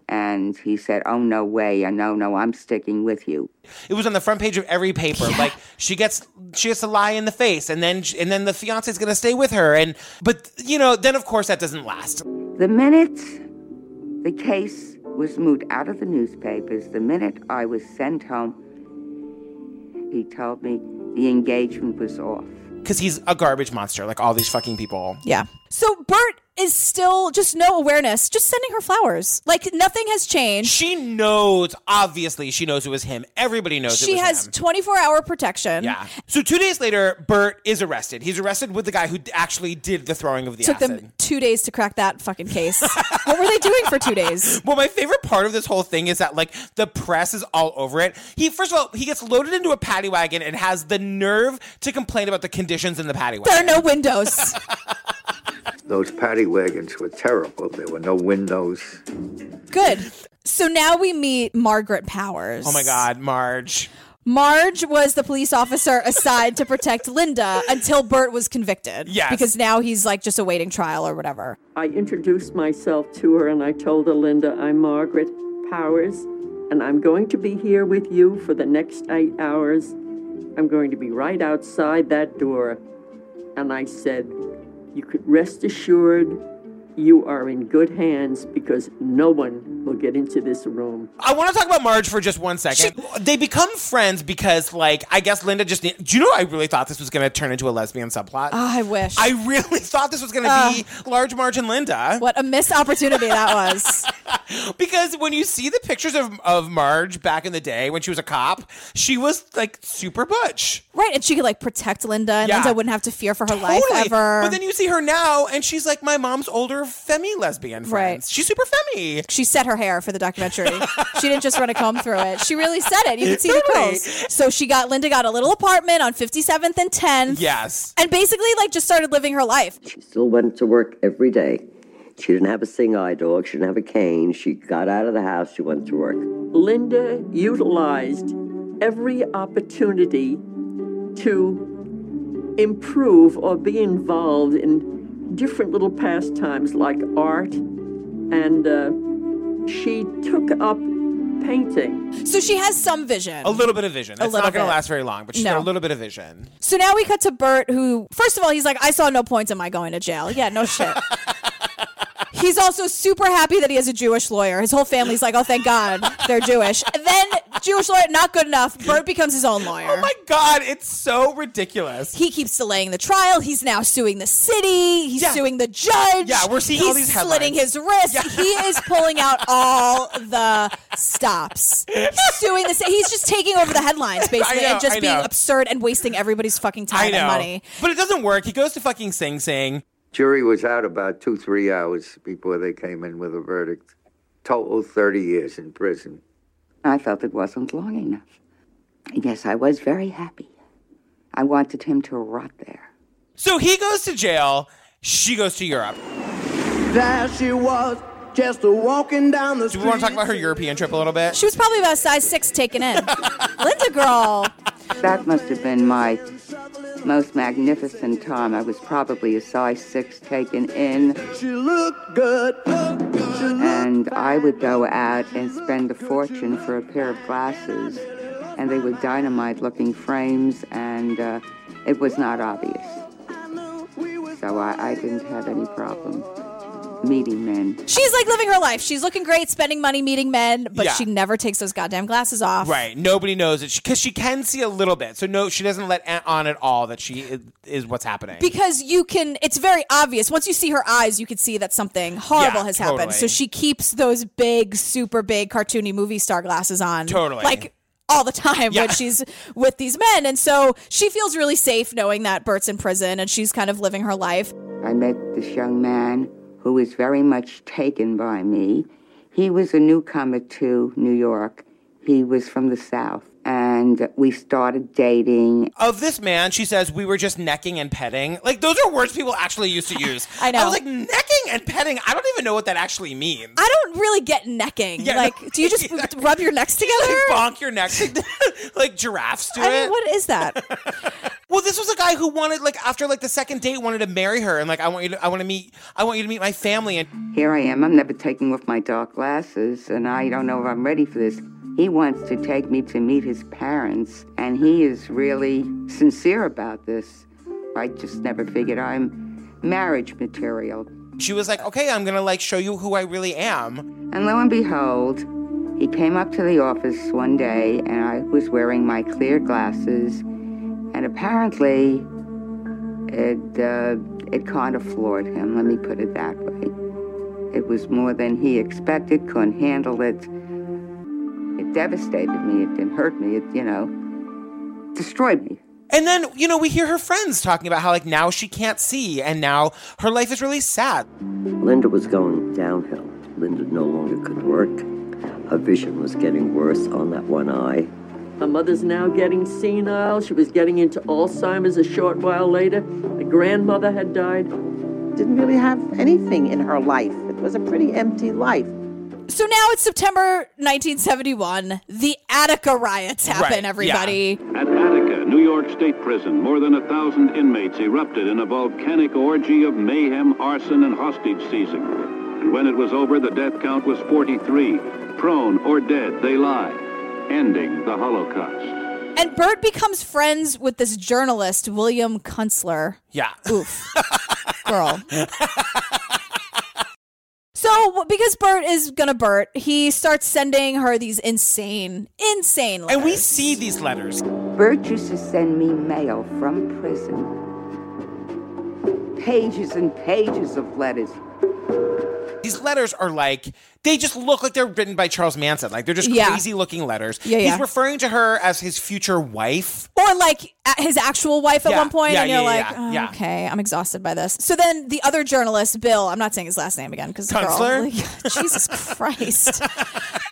And he said, Oh, no way. And no, no, I'm sticking with you.
It was on the front page of every paper. Like she gets she gets a lie in the face, and then and then the fiance is gonna stay with her. And but you know, then of course that doesn't last.
The minute the case was moved out of the newspapers, the minute I was sent home, he told me the engagement was off.
Because he's a garbage monster, like all these fucking people.
Yeah. So Bert is still just no awareness, just sending her flowers. Like nothing has changed.
She knows, obviously, she knows it was him. Everybody knows it
She
was
has
him.
24 hour protection.
Yeah. So two days later, Bert is arrested. He's arrested with the guy who actually did the throwing of the
Took
acid.
them two days to crack that fucking
(laughs)
case. what were they doing for two days?
Well, my favorite part of this whole thing is that like the press is all over it. He first of all he gets loaded into a paddy wagon and has the nerve to complain about the conditions in the paddy wagon.
There are no windows.
Those paddy wagons were terrible. There were no windows.
Good. So now we meet Margaret Powers.
Oh my God, Marge.
Marge was the police officer assigned to protect Linda until Bert was convicted.
Yes.
Because now he's like just awaiting trial or whatever.
I introduced myself to her and I told her, Linda, I'm Margaret Powers, and I'm going to be here with you for the next eight hours. I'm going to be right outside that door. And I said, You could rest assured you are in good hands because no one will get into this room.
I want to talk about Marge for just one second. they become friends because, like, I guess Linda just. Need, do you know? I really thought this was going to turn into a lesbian subplot.
Ah, I wish.
I really (laughs) thought this was going to
Ah.
be Large Marge and Linda.
What a missed opportunity that
(laughs)
was.
because when you see the pictures of, of Marge back in the day when she was a cop, she was like super butch.
Right. And she could like protect Linda and
Yeah.
Linda wouldn't have to fear for her
Totally.
life ever.
But then you see her now, and she's like my mom's older femi lesbian friends.
Right.
She's super femi.
she set her hair for the documentary. she didn't just run a comb through it. She really set it. You could see the
Totally.
curls. So she got Linda got a little apartment on 57th and 10th.
Yes.
And basically like just started living her life.
Still went to work every day. She didn't have a sing eye dog. She didn't have a cane. She got out of the house. She went to work.
Linda utilized every opportunity to improve or be involved in different little pastimes like art, and uh, she took up painting.
So she has some vision.
A little bit of vision.
A
It's
little
not going to
bit.
last very long, but she's
No.
got a little bit of vision.
So now we cut to Bert, who, first of all, he's like, I saw no point in my going to jail. Yeah, no
(laughs)
shit. he's also super happy that he has a Jewish lawyer. His whole family's like, oh, thank God they're Jewish. And then, Jewish lawyer, not good enough. Bert becomes his own lawyer. Oh my
God, it's so ridiculous.
He keeps delaying the trial. He's now suing the city. He's suing the judge.
Yeah, we're seeing
he's
all these headlines.
slitting his wrists. He is pulling
(laughs)
out all the stops. He's suing the city. He's just taking over the headlines, basically,
know,
and just
I
being
know.
absurd and wasting everybody's fucking time
I know.
and money.
But it doesn't work. He goes to fucking Sing Sing.
Jury was out about two, three hours before they came in with a verdict. Total 30 years in prison.
I felt it wasn't long enough. Yes, I was very happy. I wanted him to rot there.
So he goes to jail. She goes to Europe.
There she was, just a walking down the
Do
street.
we want to talk about her European trip a little bit?
She was probably about size six taken
(laughs)
in. Linda girl.
That must have been my most magnificent time. I was probably a size six taken in.
She looked good.
And I would go out and spend a fortune for a pair of glasses. And they were dynamite looking frames, and uh, it was not obvious. So I, I didn't have any problem meeting men.
She's like living her life. She's looking great, spending money, meeting men, but
Yeah.
she never takes those goddamn glasses off.
Right. Nobody knows it because she can see a little bit. So no, she doesn't let a- on at all that she i- is what's happening.
Because you can, it's very obvious. Once you see her eyes, you can see that something horrible
Yeah,
has happened.
totally.
So she keeps those big, super big, cartoony movie star glasses on.
Totally.
Like all the time
Yeah.
when she's with these men. And so she feels really safe knowing that Bert's in prison and she's kind of living her life.
I met this young man who was very much taken by me. He was a newcomer to New York. He was from the South. And we started dating.
of this man, she says we were just necking and petting. Like those are words people actually used to use.
(laughs) I know.
I was like necking and petting. I don't even know what that actually means. (laughs)
I don't really get necking.
Yeah,
like,
no.
do you just rub your necks together?
(laughs) Like bonk your neck like, like giraffes do
I mean,
it.
what is that?
(laughs) Well, this was a guy who wanted, like, after like the second date, wanted to marry her, and like, I want you to, I want to meet, I want you to meet my family, and
Here I am. I'm never taking off my dark glasses, and I don't know if I'm ready for this. He wants to take me to meet his parents, and he is really sincere about this. I just never figured I'm marriage material.
she was like, okay, I'm gonna like show you who I really am.
And lo and behold, he came up to the office one day, and I was wearing my clear glasses, and apparently, it uh, it kind of floored him. Let me put it that way. It was more than he expected. Couldn't handle it. It devastated me. It didn't hurt me. It you know destroyed me.
And then, you know, we hear her friends talking about how like now she can't see, and now her life is really sad.
Linda was going downhill. Linda no longer could work. Her vision was getting worse on that one eye.
Her mother's now getting senile. She was getting into Alzheimer's a short while later. The grandmother had died.
Didn't really have anything in her life. It was a pretty empty life.
So now it's September 1971. The Attica riots happen,
Right, yeah.
everybody.
At Attica, New York State Prison, more than a thousand inmates erupted in a volcanic orgy of mayhem, arson, and hostage seizing. And when it was over, the death count was 43. Prone or dead, they lie, ending the Holocaust.
And Bert becomes friends with this journalist, William Kunstler.
Yeah.
Oof.
(laughs)
Girl. So, because Bert is gonna Bert, he starts sending her these insane, insane letters.
And we see these letters.
Bert used to send me mail from prison. Pages and pages of letters.
These letters are like they just look like they're written by Charles Manson. Like they're just
Yeah.
crazy looking letters.
Yeah, yeah.
He's referring to her as his future wife.
or like a- his actual wife at
Yeah,
one point,
yeah,
and you're
yeah,
like,
yeah,
"Oh,
yeah.
okay, I'm exhausted by this. So then the other journalist, Bill, I'm not saying his last name again because
Kunstler?
(laughs) Jesus Christ.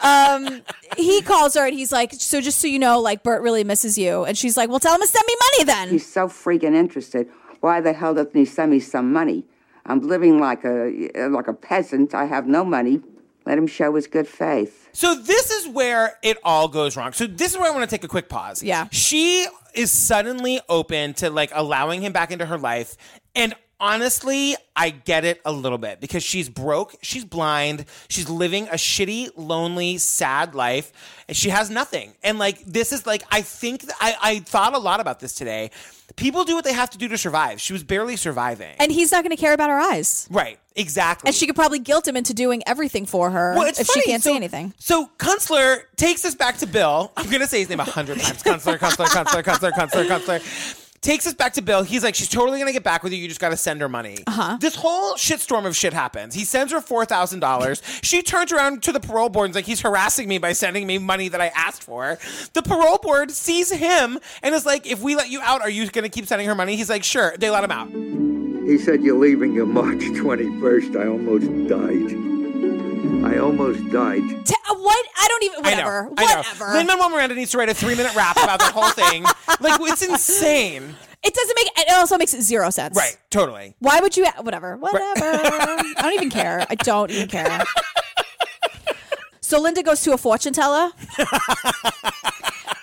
um, he calls her and he's like, so just so you know, like Bert really misses you, and she's like, well, tell him to send me money then.
He's so freaking interested. Why the hell doesn't he send me some money? I'm living like a uh, like a peasant. I have no money. Let him show his good faith.
So this is where it all goes wrong. So this is where I want to take a quick pause. Yeah. She is suddenly open to like allowing him back into her life and honestly, I get it a little bit because she's broke, she's blind, she's living a shitty, lonely, sad life and she has nothing. And like this is like I think th- I I thought a lot about this today. People do what they have to do to survive. She was barely surviving.
and he's not going to care about her eyes.
Right. Exactly.
And she could probably guilt him into doing everything for her
Well, it's
if
funny.
she can't
so,
say anything.
So Kunstler takes us back to Bill. I'm gonna say his name a hundred times. Kunstler, Kunstler, Kunstler, Kunstler, Kunstler, Kunstler. Takes us back to Bill. He's like, she's totally gonna get back with you. You just gotta send her money. Uh-huh. This whole shitstorm of shit happens. He sends her four thousand dollars. She turns around to the parole board and is like, he's harassing me by sending me money that I asked for. The parole board sees him and is like, if we let you out, are you gonna keep sending her money? He's like, sure. They let him out.
He said, You're leaving on March (laughs) 21st. I almost died. I almost died.
T- uh, what? I don't even. Whatever.
I know.
Whatever.
Lin Manuel Miranda needs to write a three minute rap about
(laughs)
the whole (laughs) thing. like it's insane.
It doesn't make. It also makes zero sense.
Right. Totally.
Why would you? Whatever. Whatever. I don't even care. I don't even care. So Linda goes to a fortune teller.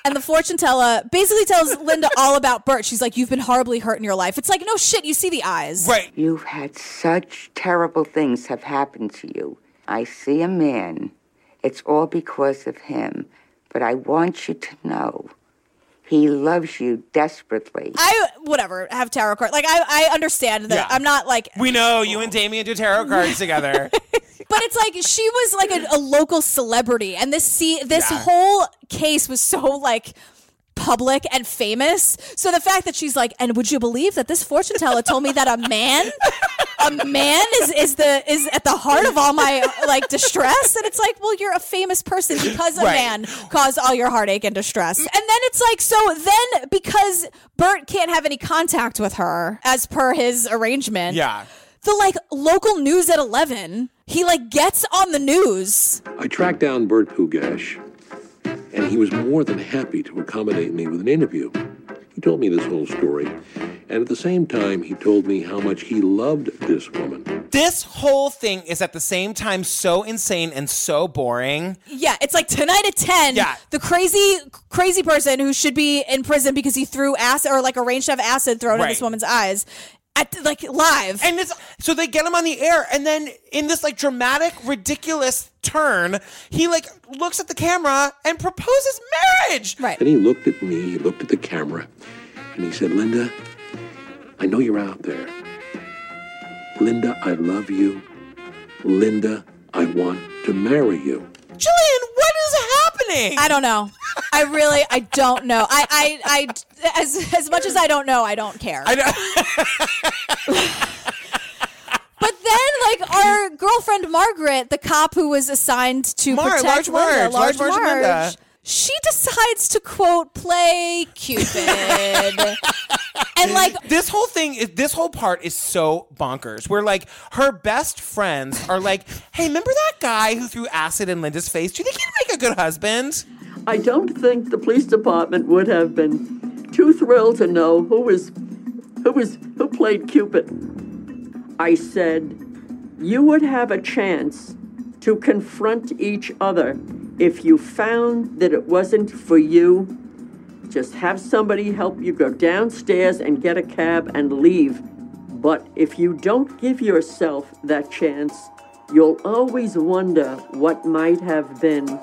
And the fortune teller basically tells Linda all about Bert. She's like, You've been horribly hurt in your life. It's like, No shit, you see the eyes.
Right.
You've had such terrible things have happened to you. I see a man. It's all because of him. But I want you to know he loves you desperately.
I, whatever, have tarot card. Like, I, I understand that.
Yeah.
I'm not like,
We know you and Damien do tarot
(laughs)
cards together.
but it's like she was like a, a local celebrity and this see this
Yeah.
whole case was so like public and famous so the fact that she's like and would you believe that this fortune teller told me that a man a man is is the is at the heart of all my like distress and it's like well you're a famous person because a
Right.
man caused all your heartache and distress and then it's like so then because bert can't have any contact with her as per his arrangement
yeah.
the like local news at 11 he like gets on the news
I tracked down Bert Pugash, and he was more than happy to accommodate me with an interview. He
told me this whole story. And at the same time, he told me how much he loved this woman.
This whole thing is at the same time so insane and so boring.
Yeah, it's like tonight at 10,
Yeah.
the crazy crazy person who should be in prison because he threw acid or like arranged to have acid thrown in this
Right.
woman's eyes at like live.
And it's so they get him on the air, and then in this like dramatic, ridiculous turn, he like looks at the camera and proposes marriage. Right.
And he looked at me, he looked at the camera, and he said, Linda, I know you're out there. Linda, I love you. Linda, I want to marry you.
Jillian, what is happening?
I don't know. I really I don't know. I I, I as as much as I don't know, I don't care. I (laughs) but then like our girlfriend Margaret, the cop who was assigned to
Mar-
protect
Large
Linda,
Marge, Large Marge and
Marge,
Linda.
she decides to quote play
(laughs)
Cupid. and like
this whole thing is this whole part is so bonkers. Where like her best friends are like, "Hey, remember that guy who threw acid in Linda's face? Do you think he'd make a good husband?"
I don't think the police department would have been too thrilled to know who was who was who played Cupid. I said you would have a chance to confront each other if you found that it wasn't for you. Just have somebody help you go downstairs and get a cab and leave. But if you don't give yourself that chance, you'll always wonder what might have been.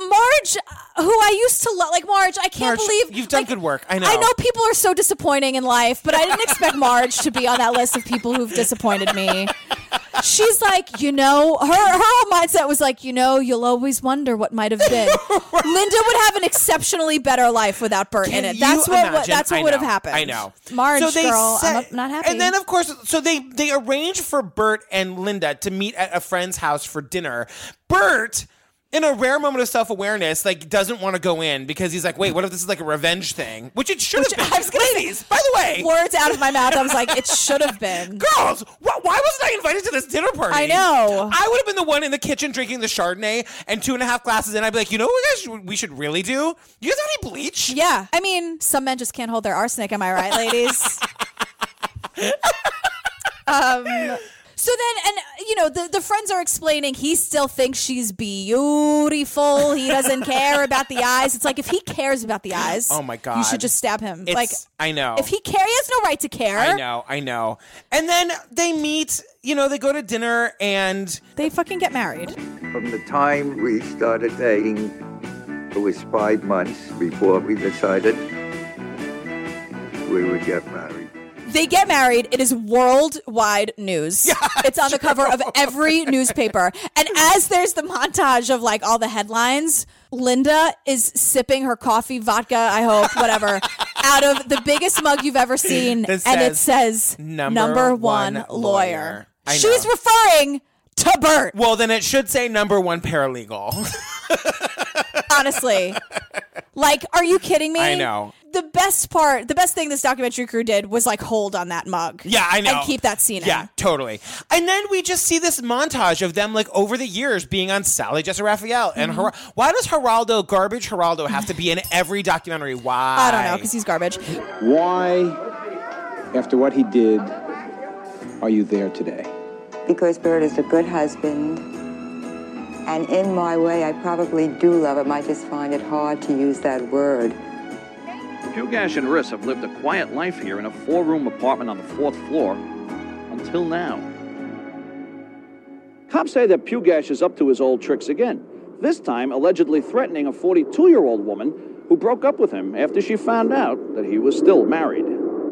Marge, who I used to love, like Marge, I can't
Marge,
believe
you've done good work. I know.
I know people are so disappointing in life, but I didn't
(laughs)
expect Marge to be on that list of people who've disappointed me. She's like, you know, her her whole mindset was like, you know, you'll always wonder what might have
(laughs)
been. Linda would have an exceptionally better life without Bert in it.
You
That's what, what
imagine?
that's what
I
would have
know,
happened.
I know.
Marge, girl,
set-
I'm up- not happy.
And then of course, so they they arrange for Bert and Linda to meet at a friend's house for dinner. Bert. In a rare moment of self awareness, like doesn't want to go in because he's like, "Wait, what if this is like a revenge thing?" Which it should have been. Ladies, by the way,
words out of my mouth, I was like, it should have been.
Girls, wh- why wasn't I invited to this dinner party?
I know.
I would have been the one in the kitchen drinking the Chardonnay and two and a half glasses in. I'd be like, you know what guys should- we should really do? You guys have any bleach?
Yeah. I mean, some men just can't hold their arsenic, am I right, ladies? (laughs) um so then and you know the, the friends are explaining he still thinks she's beautiful he doesn't care about the eyes it's like if he cares about the eyes
Oh my
you
God.
should just stab him
It's-
like
I know.
if he care he has no right to care
I know, I know. And then they meet, you know, they go to dinner and
they fucking get married.
From the time we started dating, it was five months before we decided we would get married.
They get married. It is worldwide news. it's on the cover of every newspaper. And as there's the montage of like all the headlines, Linda is sipping her coffee, vodka, I hope,
(laughs)
whatever, out of the biggest mug you've ever seen.
That
and it
says,
says
"Number
number,
one
one,
lawyer."
lawyer.
I know.
She's referring to Bert.
well, then it should say number
(laughs)
one paralegal. (laughs)
honestly. Like, are you kidding me?
I know.
The best part, the best thing this documentary crew did was like hold on that mug.
Yeah, I know.
And keep that scene in.
Yeah, totally. And then we just see this montage of them like over the years being on Sally Jesse Raphael and
Mm-hmm.
Her- why does Geraldo garbage Geraldo have to be in every documentary? Why?
I don't know, because he's garbage.
Why, after what he did, are you there today?
because Bert is a good husband. And in my way, I probably do love him. I just find it hard to use that word.
Dugash and Riss have lived a quiet life here in a four room apartment on the fourth floor until now. Cops say that Pugash is up to his old tricks again, this time allegedly threatening a 42 year old woman who broke up with him after she found out that he was still married.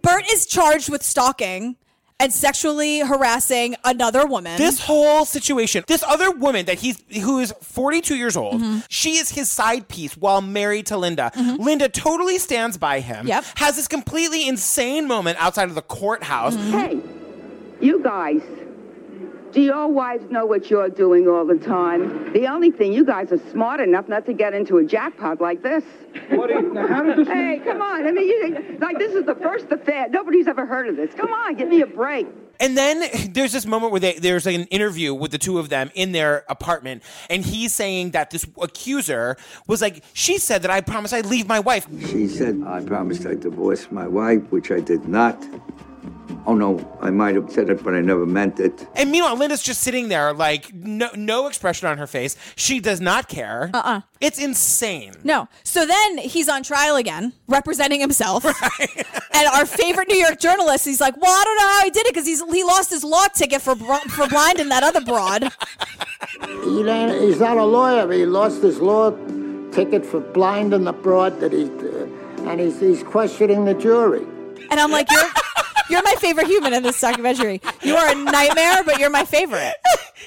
Bert is charged with stalking and sexually harassing another woman.
This whole situation, this other woman that he's who is 42 years old, she is his side piece while married to Linda. Linda totally stands by him.
Yep.
Has this completely insane moment outside of the courthouse.
Hey, you guys,
Do your wives know what you're doing all the time? The only thing, you guys are smart enough not to get into a jackpot like this.
What do you- now, how did this-
Hey, come on. I mean, you, like, this is the first affair. Nobody's ever heard of this. Come on, give me a break.
And then (laughs) there's this moment where they, there's like an interview with the two of them in their apartment, and he's saying that this accuser was like, "She said that I promised I'd leave my wife."
She said, I promised I'd divorce my wife, which I did not. Oh no, I might have said it, but I never meant it.
And meanwhile, Linda's just sitting there, like no no expression on her face. She does not care. Uh uh It's insane.
No. So then he's on trial again, representing himself. and our favorite New York journalist, he's like, "Well, I don't know how he did it because he's he lost his law ticket for bro- for blind and that other broad."
He ain't, he's not a lawyer. He lost his law ticket for blind and the broad that he, uh, and he's, he's questioning the jury.
And I'm like, "You're you're my favorite human in this documentary. You are a nightmare, but you're my favorite."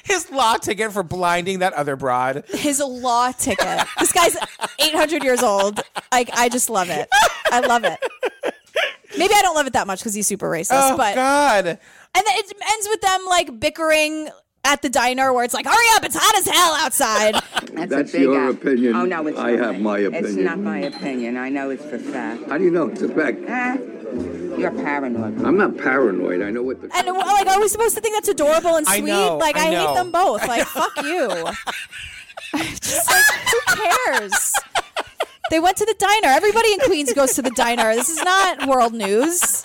His law ticket for blinding that other broad.
His law ticket. This guy's 800 years old. Like I just love it. I love it. Maybe I don't love it that much because he's super racist.
Oh,
but
God. And
then it ends with them like bickering at the diner where it's like, "Hurry up! It's hot as hell outside."
That's,
That's
a big
your
app.
opinion.
Oh no, it's
I
not.
have my
It's
opinion.
not my opinion. I know it's for fact.
How do you know it's a fact?
Ah, you're paranoid.
I'm not paranoid. I know what the.
And like, are we supposed to think that's adorable and
I
sweet?
know,
like,
I
I,
know.
hate them both. Like, fuck you. Just like, who cares? They went to the diner. Everybody in Queens goes to the diner. This is not world news.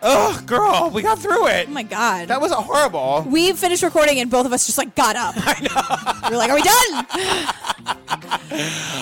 Ugh, girl, we got through it.
Oh my god,
that was horrible.
We finished recording and both of us just like got up. I know. We're like, are we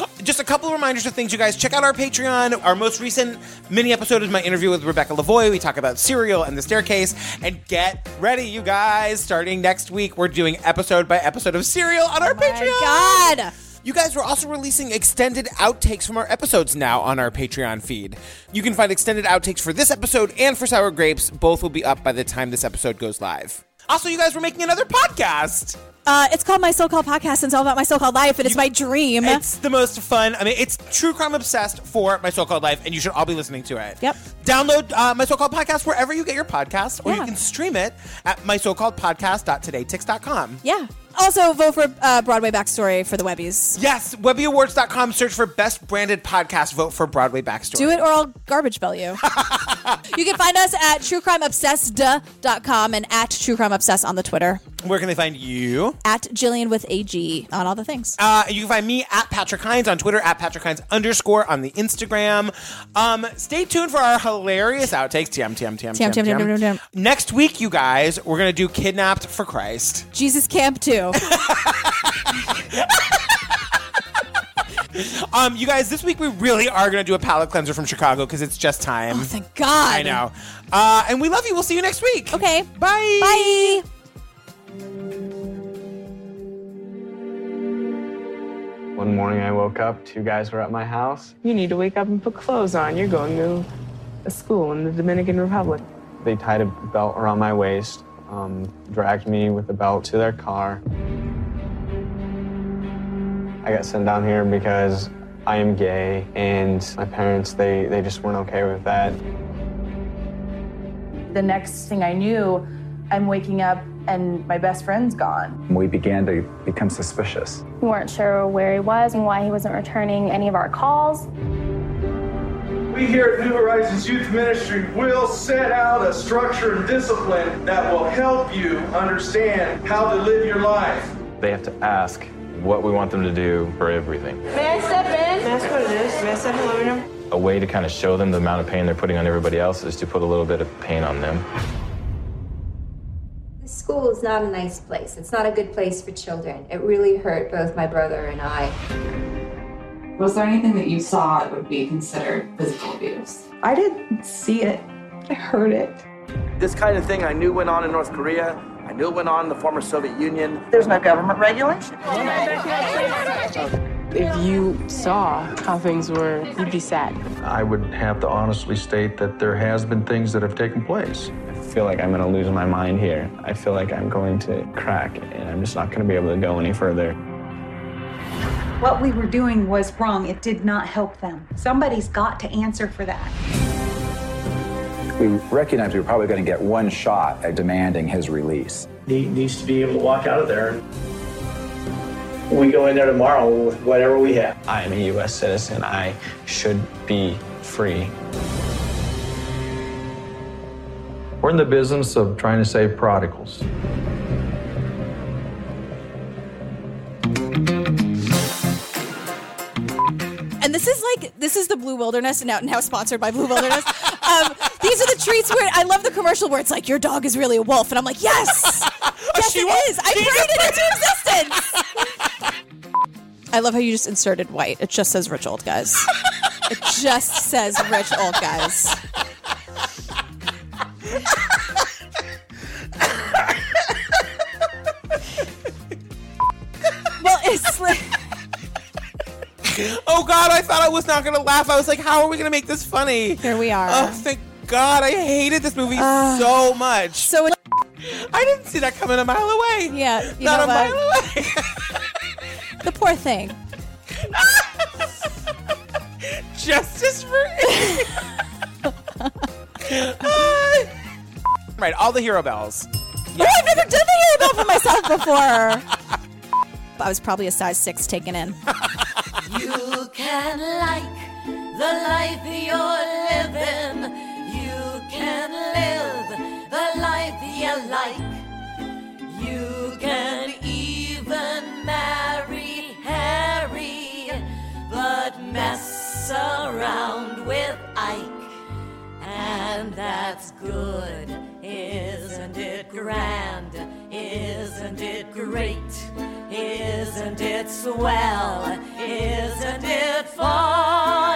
done?
Just a couple of reminders of things, you guys. Check out our Patreon. Our most recent mini episode is my interview with Rebecca Lavoie. We talk about cereal and the staircase. And get ready, you guys. Starting next week, we're doing episode by episode of cereal on our Patreon.
God.
You guys, we're also releasing extended outtakes from our episodes now on our Patreon feed. You can find extended outtakes for this episode and for Sour Grapes. Both will be up by the time this episode goes live. Also, you guys, we're making another podcast.
Uh, it's called My So Called Podcast and it's all about my so called life and it's my dream.
It's the most fun. I mean, it's true crime obsessed for my so-called life, and you should all be listening to it. Yep. Download uh, my so-called podcast wherever you get your podcast, or you can stream it at my so-called podcast.todaytix.com.
yeah. Also, vote for uh, Broadway Backstory for the Webbies.
Yes, WebbyAwards.com. Search for best branded podcast. Vote for Broadway Backstory.
Do it or I'll garbage bell
(laughs)
you. you can find us at truecrimeobsessed.com and at truecrimeobsessed on the Twitter.
Where can they find you?
At Jillian with a G on all the things.
Uh, you can find me at Patrick Hines on Twitter, at Patrick Hines underscore on the Instagram. Um, stay tuned for our hilarious outtakes. TM, TM, TM,
Tam,
TM,
tam, tam, tam, tam.
Next week, you guys, we're going to do Kidnapped for Christ.
Jesus Camp
(laughs)
2.
Um, you guys, this week we really are going to do a palate cleanser from Chicago because it's just time. Oh,
thank God.
I know. Uh, and we love you. We'll see you next week.
Okay. Bye.
Bye.
One morning I woke up, two guys were at my house. You need to wake up and put clothes on. You're going to a school in the Dominican Republic. They tied a belt around my waist, um, dragged me with the belt to their car. I got sent down here because I am gay, and my parents, they, they just weren't okay with that.
The next thing I knew, I'm waking up and my best friend's gone.
We began to become suspicious.
We weren't sure where he was and why he wasn't returning any of our calls.
We here at New Horizons Youth Ministry will set out a structure and discipline that will help you understand how to live your life.
They have to ask what we want them to do for everything.
May I step in? That's what it is. May I step in the living room?
A way to kind of show them the amount of pain they're putting on everybody else is to put a little bit of pain on them.
School is not a nice place. It's not a good place for children. It really hurt both my brother and I.
Was there anything that you saw that would be considered physical abuse? I didn't see it. I heard it.
This kind of thing I knew went on in North Korea. I knew it went on in the former Soviet Union.
There's no government regulation. If you saw how things were, you'd be sad.
I would have to honestly state that there has been things that have taken place. I feel like I'm going to lose my mind here. I feel like I'm going to crack and I'm just not going to be able to go any further.
What we were doing was wrong. It did not help them. Somebody's got to answer for that.
We recognized we were probably going to get one shot at demanding his release.
He needs to be able to walk out of there. We go in there tomorrow with whatever we have.
I am a U.S. citizen. I should be free.
We're in the business of trying to save prodigals.
And this is like this is the Blue Wilderness, now now sponsored by Blue (laughs) Wilderness. um, these are the treats where I love the commercial where it's like your dog is really a wolf, and I'm like, (laughs) yes, yes, it is. I prayed it into existence. I love how you just inserted white. It just says rich old (laughs) guys. it just says rich old guys. well, it's like
(laughs) Oh God, I thought I was not gonna laugh. I was like, how are we gonna make this funny? Here
we are. Uh,
Oh, thank God. I hated this movie so much.
So
I didn't see that coming a mile away.
Yeah, you
not
know
a
what?
mile away.
the poor thing.
Justice for Right, (laughs) all the hero bells.
Oh, I've never done the hero bell for myself before. I was probably a size six taken in.
You can like the life you're living. You can live the life you like. You can even marry Harry, but mess around with Ike. And that's good, isn't it grand? Isn't it great? Isn't it swell? Isn't it fun? oh,